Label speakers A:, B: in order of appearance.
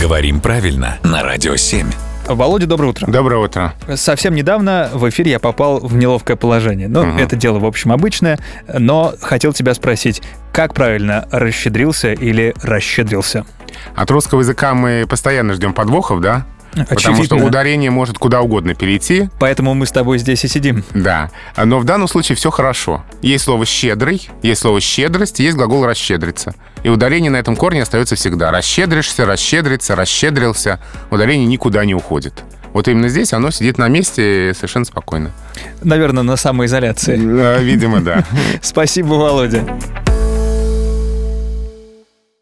A: Говорим правильно на Радио 7.
B: Володя, доброе утро.
C: Доброе утро.
B: Совсем недавно в эфир я попал в неловкое положение. Ну,
C: Мгм.
B: это дело, в общем, обычное, но хотел тебя спросить, как правильно расщедрился или расщедрился?
C: От русского языка мы постоянно ждем подвохов, да? Потому что
B: Очевидно.
C: ударение может куда угодно перейти,
B: Поэтому мы с тобой здесь и сидим.
C: да. Но в данном случае все хорошо. Есть слово «щедрый», есть слово «щедрость», есть глагол «расщедриться». И ударение на этом корне остается всегда. Расщедришься, расщедрится, расщедрился. Ударение никуда не уходит. Вот именно здесь оно сидит на месте совершенно спокойно.
B: Наверное, на самоизоляции.
C: Э, Видимо, да.
B: Спасибо, Володя.